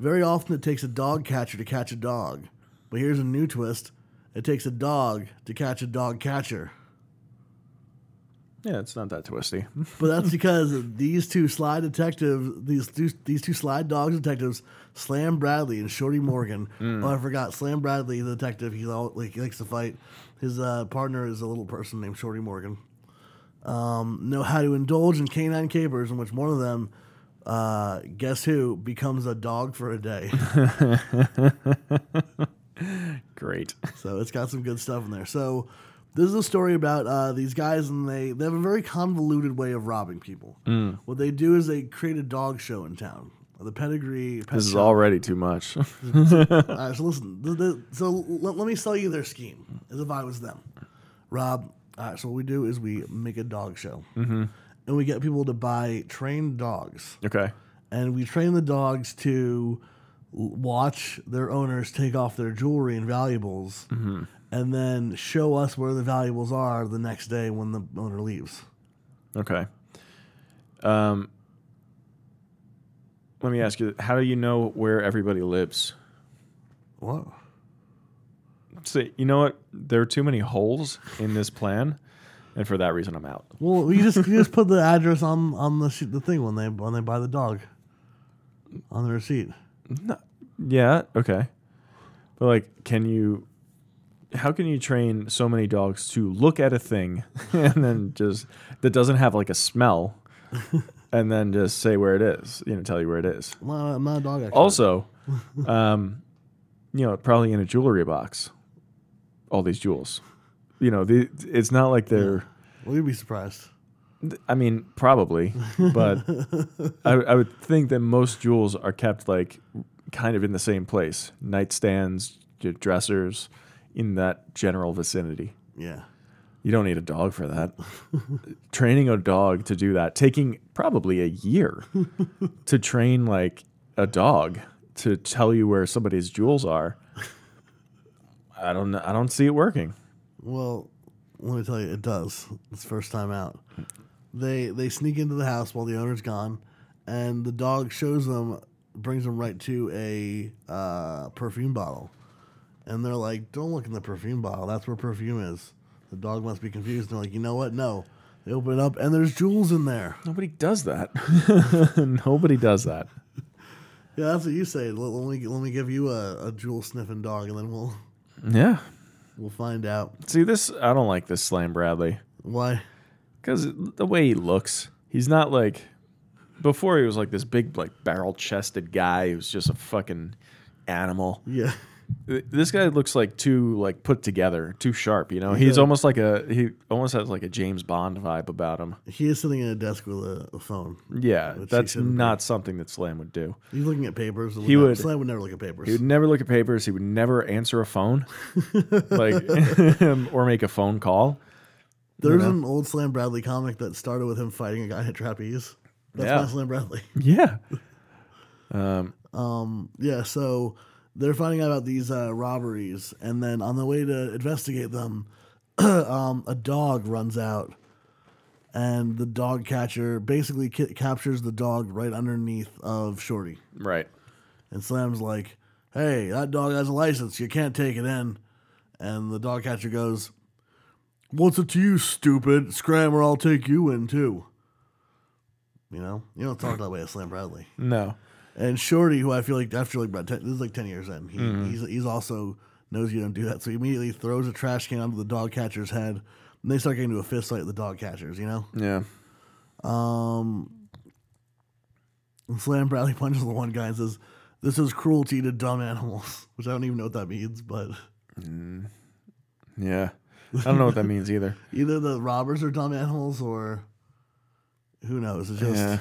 very often it takes a dog catcher to catch a dog, but here's a new twist: it takes a dog to catch a dog catcher.
Yeah, it's not that twisty.
But that's because these two slide detectives, these two, these two slide dogs detectives, Slam Bradley and Shorty Morgan. Oh, I forgot Slam Bradley, the detective. He's all like he likes to fight. His uh, partner is a little person named Shorty Morgan. Um, know how to indulge in canine capers, in which one of them, uh, guess who, becomes a dog for a day.
Great.
So it's got some good stuff in there. So this is a story about uh, these guys, and they, they have a very convoluted way of robbing people. What they do is they create a dog show in town. The pedigree. Pet
This is
shop.
already too much.
Uh, so listen. th- th- so l- let me sell you their scheme, as if I was them. Rob. All right. So what we do is we make a dog show, mm-hmm. and we get people to buy trained dogs
okay.
and we train the dogs to watch their owners take off their jewelry and valuables, and then show us where the valuables are the next day when the owner leaves.
Okay. Um, let me ask you: How do you know where everybody lives?
What?
Say, you know what? There are too many holes in this plan, and for that reason, I'm out.
Well, you just you just put the address on on the sh- the thing when they when they buy the dog on the receipt.
Yeah. Okay. But like, can you? How can you train so many dogs to look at a thing and then just that doesn't have like a smell, and then just say where it is? You know, tell you where it is.
I'm not, I'm not a dog expert.
Also, um, you know, probably in a jewelry box. All these jewels, you know, the, it's not like they're.
well, you'd be surprised.
I mean, probably, but I, I would think that most jewels are kept like kind of in the same place: nightstands, your dressers, in that general vicinity.
Yeah.
You don't need a dog for that. Training a dog to do that, taking probably a year to train like a dog to tell you where somebody's jewels are. I don't know. I don't see it working.
Well, let me tell you, it does. It's first time out. They they sneak into the house while the owner's gone, and the dog shows them, brings them right to a uh, perfume bottle, and they're like, "Don't look in the perfume bottle. That's where perfume is." The dog must be confused. They're like, "You know what? No." They open it up, and there's jewels in there.
Nobody does that. Nobody does that.
Yeah, that's what you say. Let, let me let me give you a, a jewel sniffing dog, and then we'll
Yeah.
we'll find out
See this? I don't like this slam Bradley
why.
because the way he looks, he's not like before. He was like this big, like barrel chested guy who's just a fucking animal.
Yeah,
Th- This guy looks like too like put together, too sharp. You know, he's almost like a he almost has like a James Bond vibe about him.
he is sitting at a desk with a, a phone.
Yeah,
Which he
that's
shouldn't be.
not something that Slam would do.
He's looking at papers.
He would-
Slam would never look at papers.
He would never look at papers. He would never answer a phone, like or make a phone call.
There's an old Slam Bradley comic that started with him fighting a guy at trapeze. That's
Yeah.
my Slam Bradley.
Yeah,
Yeah, so they're finding out about these uh, robberies, and then on the way to investigate them, um, a dog runs out, and the dog catcher basically ki- captures the dog right underneath of Shorty.
right.
And Slam's like, hey, that dog has a license. You can't take it in. And the dog catcher goes, What's it to you, stupid? Scram or I'll take you in too. You know, you don't talk that way to Slam Bradley.
No.
And Shorty, who I feel like after like about 10, this is like 10 years in, he, he's, he's also knows you don't do that. So he immediately throws a trash can onto the dog catcher's head. And they start getting into a fist fight with the dog catchers, you know?
Yeah.
Um, And Slam Bradley punches the one guy and says, This is cruelty to dumb animals, which I don't even know what that means, but
Yeah. I don't know what that means either.
either the robbers are dumb animals or who knows. It's just,
Yeah.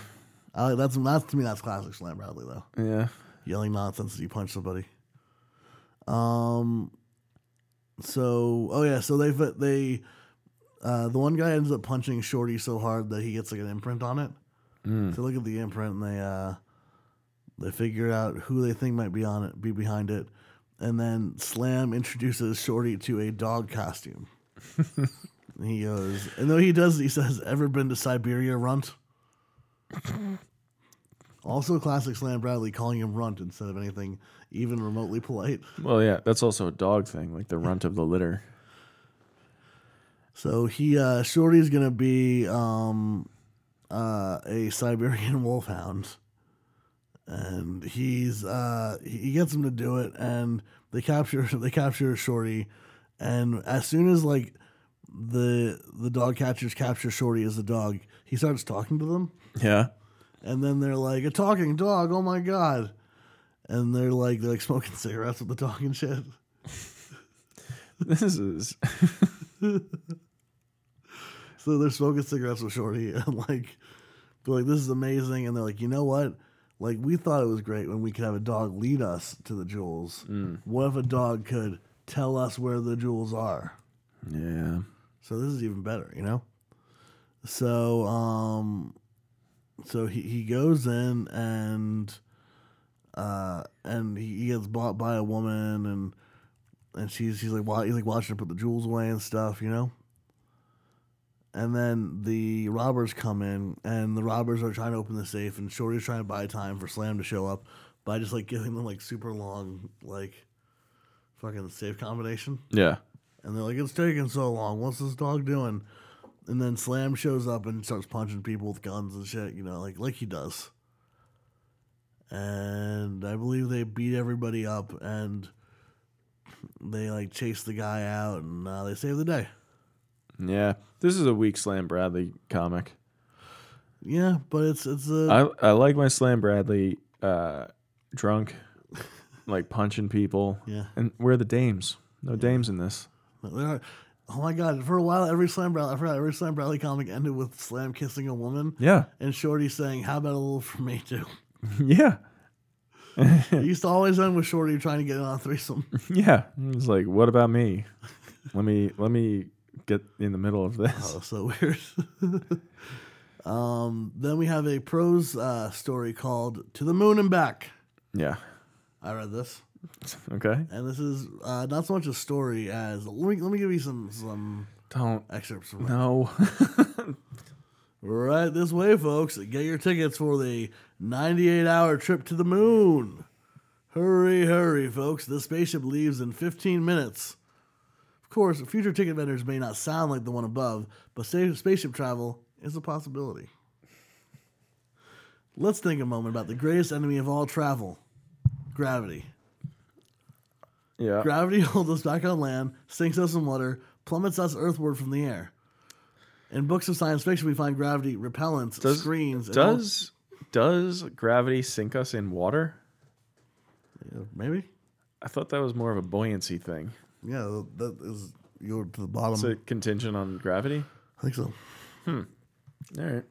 I, that's, that's to me, that's classic Slam Bradley, though.
Yeah.
Yelling nonsense as you punch somebody. Um, so, oh yeah, so they, they, uh, the one guy ends up punching Shorty so hard that he gets like an imprint on it. So look at the imprint and they, uh, they figure out who they think might be on it, be behind it, and then Slam introduces Shorty to a dog costume. And he goes, and though he does, he says, "Ever been to Siberia, Runt?" also, classic Slam Bradley calling him Runt instead of anything even remotely polite.
Well, yeah, that's also a dog thing, like the runt of the litter.
So he, uh, Shorty's gonna be um, uh, a Siberian wolfhound, and he's uh, he- he gets him to do it, and they capture they capture Shorty, and as soon as like the the dog catchers capture Shorty as the dog, he starts talking to them,
Yeah.
and then they're like a talking dog, oh my god, and they're like they're like smoking cigarettes with the dog and shit.
This is
So they're smoking cigarettes with Shorty, and like, they're like, this is amazing. And they're like, you know what? Like, we thought it was great when we could have a dog lead us to the jewels. What if a dog could tell us where the jewels are?
Yeah.
So this is even better, you know? So, um, so he, he goes in and, uh, and he he gets bought by a woman, and and she's she's like wa- he's like watching her put the jewels away and stuff, you know. And then the robbers come in, and the robbers are trying to open the safe, and Shorty's trying to buy time for Slam to show up by just like giving them like super long like fucking safe combination.
Yeah.
And they're like, it's taking so long. What's this dog doing? And then Slam shows up and starts punching people with guns and shit, you know, like like he does. And I believe they beat everybody up and they like chase the guy out and uh, they save the day.
Yeah. This is a weak Slam Bradley comic.
Yeah, but it's it's a
I, I like my Slam Bradley uh, drunk, like punching people.
Yeah.
And where are the dames? No dames in this.
there are- oh my god! For a while, every Slam Bradley, I forgot every Slam Bradley comic ended with Slam kissing a woman
Yeah.
and Shorty saying, "How about a little for me too?"
Yeah.
it used to always end with Shorty trying to get in on a threesome.
Yeah. It's like, what about me? Let me let me get in the middle of this.
Oh, so weird. um, then we have a prose uh, story called "To the Moon and Back."
Yeah.
I read this,
Okay.
and this is uh, not so much a story as let me let me give you some some
Don't
excerpts. From it.
no.
Right this way, folks. Get your tickets for the 98 hour trip to the moon. Hurry, hurry, folks. The spaceship leaves in 15 minutes. Of course, future ticket vendors may not sound like the one above, but sa- spaceship travel is a possibility. Let's think a moment about the greatest enemy of all travel gravity.
yeah.
Gravity holds us back on land, sinks us in water, plummets us earthward from the air. In books of science fiction, we find gravity repellents,
Does-
screens. and all-
Does does gravity sink us in water?
Yeah, maybe?
I thought that was more of a buoyancy thing.
Yeah, tha- that is you're to the bottom.
It's a contingent on gravity.
I think so.
All right.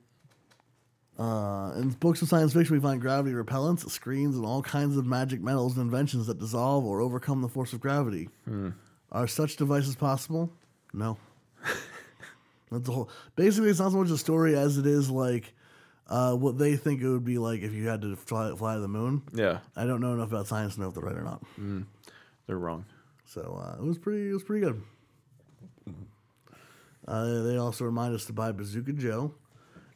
Uh, in books of science fiction, we find gravity repellents, screens, and all kinds of magic metals and inventions that dissolve or overcome the force of gravity. Are such devices possible? No. That's the whole. Basically, it's not so much a story as it is like uh, what they think it would be like if you had to fly, fly to the moon.
Yeah.
I don't know enough about science to know if they're right or not.
They're wrong.
So uh, it was pretty. It was pretty good. Uh, they also remind us to buy Bazooka Joe,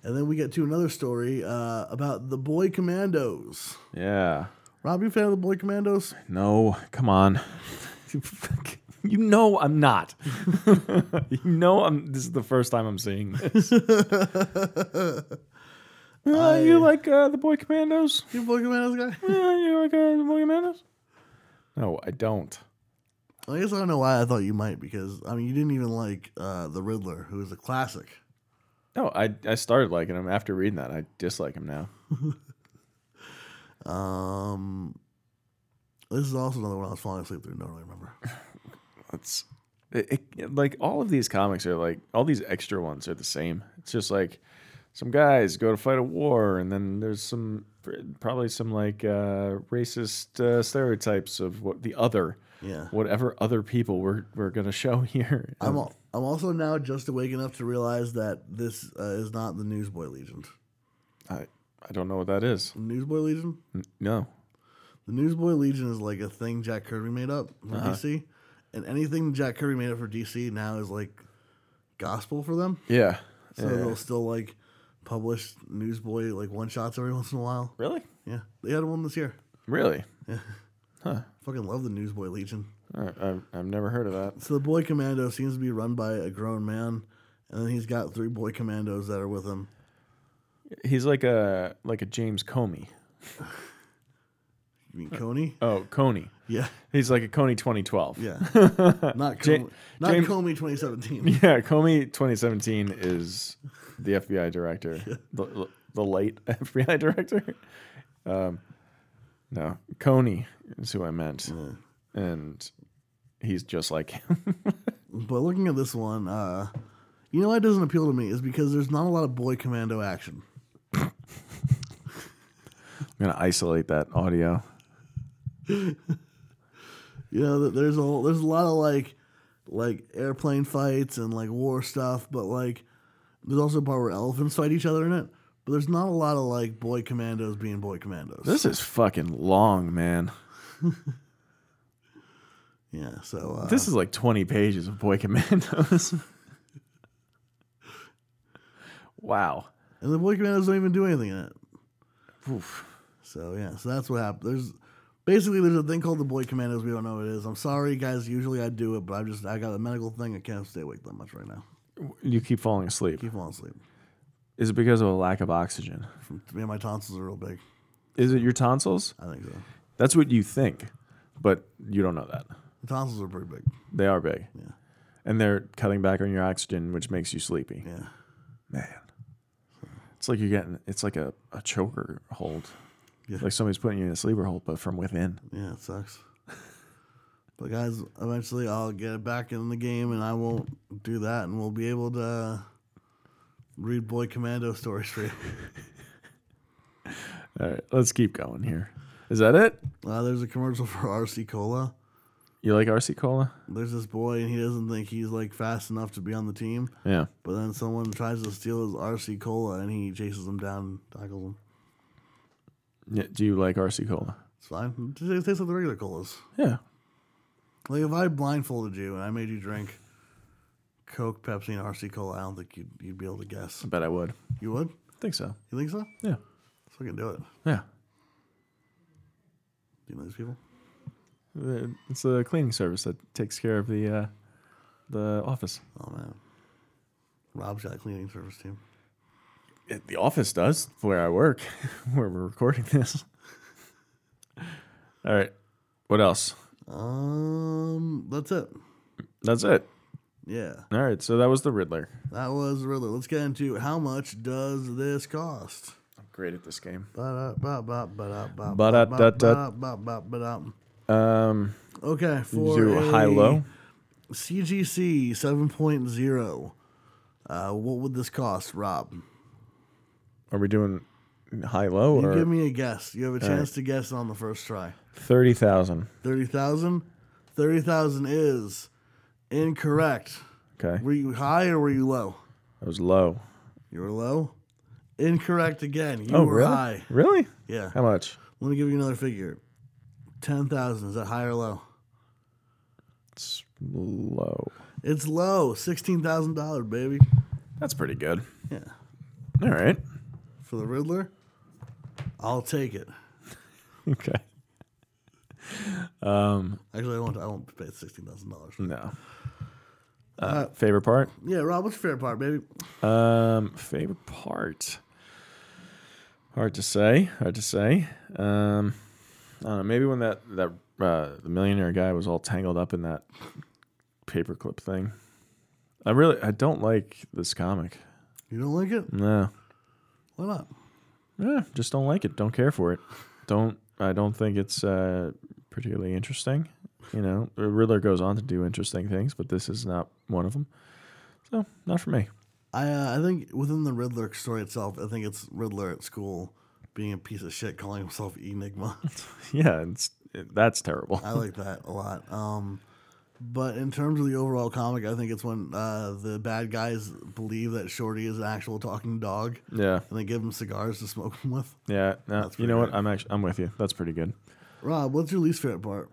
and then we get to another story uh, about the Boy Commandos.
Yeah.
Rob, you a fan of the Boy Commandos?
No, come on. you know I'm not. you know I'm. This is the first time I'm seeing this. Uh, you like uh, the boy commandos?
You a Boy Commandos guy?
Uh, you like uh, the boy commandos? No, I don't.
I guess I don't know why I thought you might because I mean you didn't even like uh, the Riddler, who is a classic.
No, I I started liking him after reading that. I dislike him now.
Um, this is also another one I was falling asleep through. Don't really remember.
It's it, it, like all of these comics are like all these extra ones are the same. It's just like some guys go to fight a war, and then there's some probably some like uh, racist uh, stereotypes of what the other,
Yeah.
whatever other people we're we're gonna show here.
I'm al- I'm also now just awake enough to realize that this uh, is not the Newsboy Legion.
I I don't know what that is.
Newsboy Legion.
N- No,
The Newsboy Legion is like a thing Jack Kirby made up for
Uh-huh.
DC, and anything Jack Kirby made up for DC now is like gospel for them.
yeah,
So they'll still like publish Newsboy like one shots every once in a while.
really,
Yeah, they had one this year.
really.
Fucking love the Newsboy Legion.
I, I, I've never heard of that.
So the boy commando seems to be run by a grown man, and then he's got three boy commandos that are with him.
He's like a like a James Comey.
You mean Coney?
Oh, Coney.
Yeah,
He's like a Coney 2012.
yeah. Not Comey,
Jam-
not
James-
Comey 2017.
Yeah, Comey 2017 is the FBI director, the, the late FBI director. Um, no, Coney is who I meant, and he's just like him.
But looking at this one, uh, you know why it doesn't appeal to me is because there's not a lot of boy commando action.
I'm gonna isolate that audio.
You know, th- there's a whole- there's a lot of like like airplane fights and like war stuff, but like there's also a part where elephants fight each other in it. But there's not a lot of like boy commandos being boy commandos.
This is fucking long, man.
yeah. So uh,
This is like 20 pages of Boy Commandos. wow.
and the boy commandos don't even do anything in it.
Oof.
So yeah. So that's what happened. There's basically there's a thing called the boy commandos. We don't know what it is. I'm sorry, guys. Usually I do it, but I just I got a medical thing. I can't stay awake that much right now.
You keep falling asleep.
Keep falling asleep.
Is it because of a lack of oxygen?
From, man, my tonsils are real big.
Is it your tonsils?
I think so.
That's what you think, but you don't know that.
The tonsils are pretty big.
They are big.
Yeah.
And they're cutting back on your oxygen, which makes you sleepy.
Yeah.
Man. It's like you're getting, it's like a, a choker hold.
Yeah.
Like somebody's putting you in a sleeper hold, but from within.
Yeah, it sucks. but guys, eventually I'll get it back in the game, and I won't do that, and we'll be able to uh, read Boy Commando stories for you.
All right, let's keep going here. Is that it?
Uh, there's a commercial for RC Cola.
You like RC Cola?
There's this boy, and he doesn't think he's like fast enough to be on the team.
Yeah.
But then someone tries to steal his RC Cola, and he chases him down, and tackles him.
Yeah, Do you like RC Cola?
It's fine. It tastes- tastes like the regular colas.
Yeah.
Like if I blindfolded you and I made you drink Coke, Pepsi, and RC Cola, I don't think you'd, you'd be able to guess.
I bet I would.
You would?
I think so.
You think so? Let's
Yeah.
fucking do it.
Yeah.
Do you know these people?
The- It's a cleaning service that takes care of the uh, the office.
Oh man, Rob's got a cleaning service team.
It, the office does where I work, where we're recording this. All right. What else?
Um, that's it.
That's it.
Yeah,
All right. So that was the Riddler.
that was Riddler. Let's get into how much does this cost?
I'm great at this game. Ba-da-da-da.
Ba-da-ba-ba-ba-ba-ba-ba-ba-ba-ba.
Um,
Okay,
you
for
do
a
high low.
CGC 7.0. Uh, what would this cost, Rob?
Are we doing high low
You give
or
me a guess. You have a chance to guess on the first try.
thirty thousand?
30,000? 30,000 is incorrect.
Okay.
Were you high or were you low?
That was low.
You were low? Incorrect again. You
Oh,
were
really?
high.
Really?
Yeah.
How much?
Let me give you another figure 10,000. Is that high or low?
It's low.
It's low. $16,000, baby.
That's pretty good.
Yeah.
All right.
For the Riddler, I'll take it.
Okay.
Actually, I won't, I won't pay $16,000. for it.
No. Uh, favorite part?
Yeah, Rob, what's your favorite part, baby?
Um, favorite part. Hard to say. Hard to say. Um, I don't know. Maybe when that that uh, the millionaire guy was all tangled up in that paperclip thing. I really I don't like this comic.
You don't like it?
No.
Why not?
Yeah, just don't like it. Don't care for it. Don't. I don't think it's uh, particularly interesting. You know, the Riddler goes on to do interesting things, but this is not one of them. So, not for me.
I uh, I think within the Riddler story itself, I think it's Riddler at school being a piece of shit, calling himself Enigma.
Yeah, it's it, that's terrible.
I like that a lot. Um, but in terms of the overall comic, I think it's when uh, the bad guys believe that Shorty is an actual talking dog,
Yeah,
and they give him cigars to smoke them with.
yeah. No,
That's
you know
pretty
what? I'm actually I'm with you. That's pretty good.
Rob, what's your least favorite part?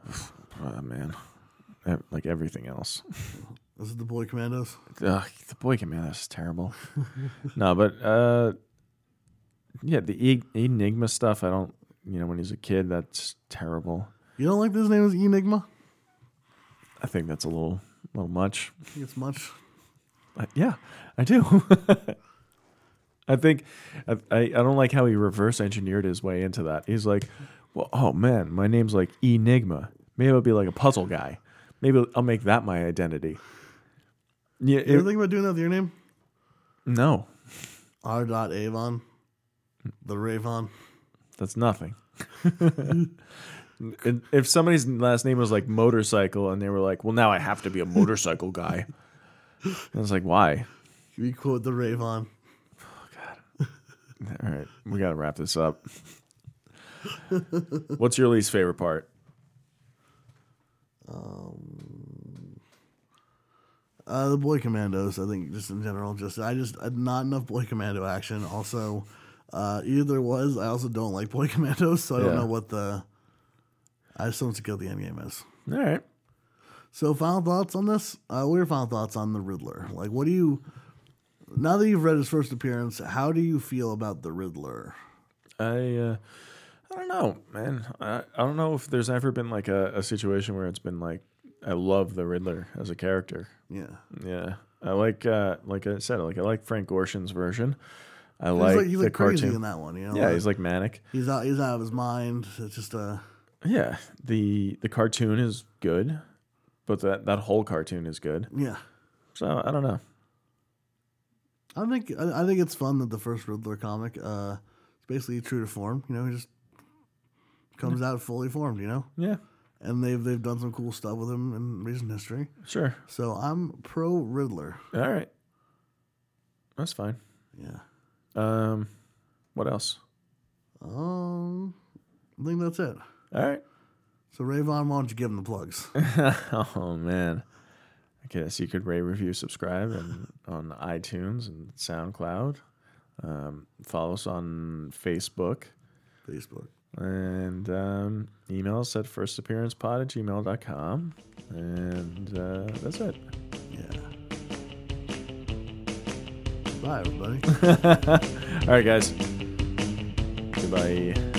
Oh man, Ev- Eh, like everything else.
Is it the boy commandos?
Ugh, the boy command that's terrible. no, but uh, yeah, the e- enigma stuff. I don't. You know, when he's a kid, that's terrible.
You don't like this name is Enigma?
I think that's a little little much.
I think it's much.
I- yeah, I do. I think I, I I don't like how he reverse engineered his way into that. He's like, well, oh man, my name's like Enigma. Maybe I'll be like a puzzle guy. Maybe I'll make that my identity. Yeah,
You ever
it-
think about doing that with your name?
no,
R. Dot Avon, the Ravon.
that's nothing. And if somebody's last name was like motorcycle, and they were like, well, now I have to be a motorcycle guy. I was like, why?
You quote the Ravon.
All right, we got to wrap this up. What's your least favorite part?
Uh, the boy commandos, I think, just in general, just I just uh, not enough boy commando action. Also, Uh, either there was. I also don't like Boy Commandos, so I don't
Yeah.
know what the. I just don't know what the end game is.
All right.
So, final thoughts on this? Uh, what are your final thoughts on the Riddler? Like, what do you. Now that you've read his first appearance, how do you feel about the Riddler?
I uh, I don't know, man. I, I don't know if there's ever been like a, a situation where it's been like I love the Riddler as a character.
Yeah.
Yeah. I like uh like I said, like I like Frank Gorshin's version. I
He's
like,
like, he's
the
like crazy
cartoon.
in that one, you know?
Yeah,
like,
he's like manic.
he's out he's out of his mind. It's just uh
Yeah. The the cartoon is good, but that that whole cartoon is good.
yeah.
So I don't know.
I think I, I think it's fun that the first Riddler comic uh it's basically true to form, you know, he just comes out fully formed, you know?
Yeah.
And they've they've done some cool stuff with him in recent history.
Sure.
So I'm pro Riddler.
All right. That's fine.
Yeah.
Um what else?
Um I think that's it.
All right.
So Rayvon, why don't you give him the plugs?
oh man. I guess you could rate, review, subscribe, and on iTunes and SoundCloud. Um, follow us on Facebook.
Facebook.
And um, email us at firstappearancepod at gmail.com. And uh, that's it.
Yeah. Bye everybody.
All right, guys. Goodbye.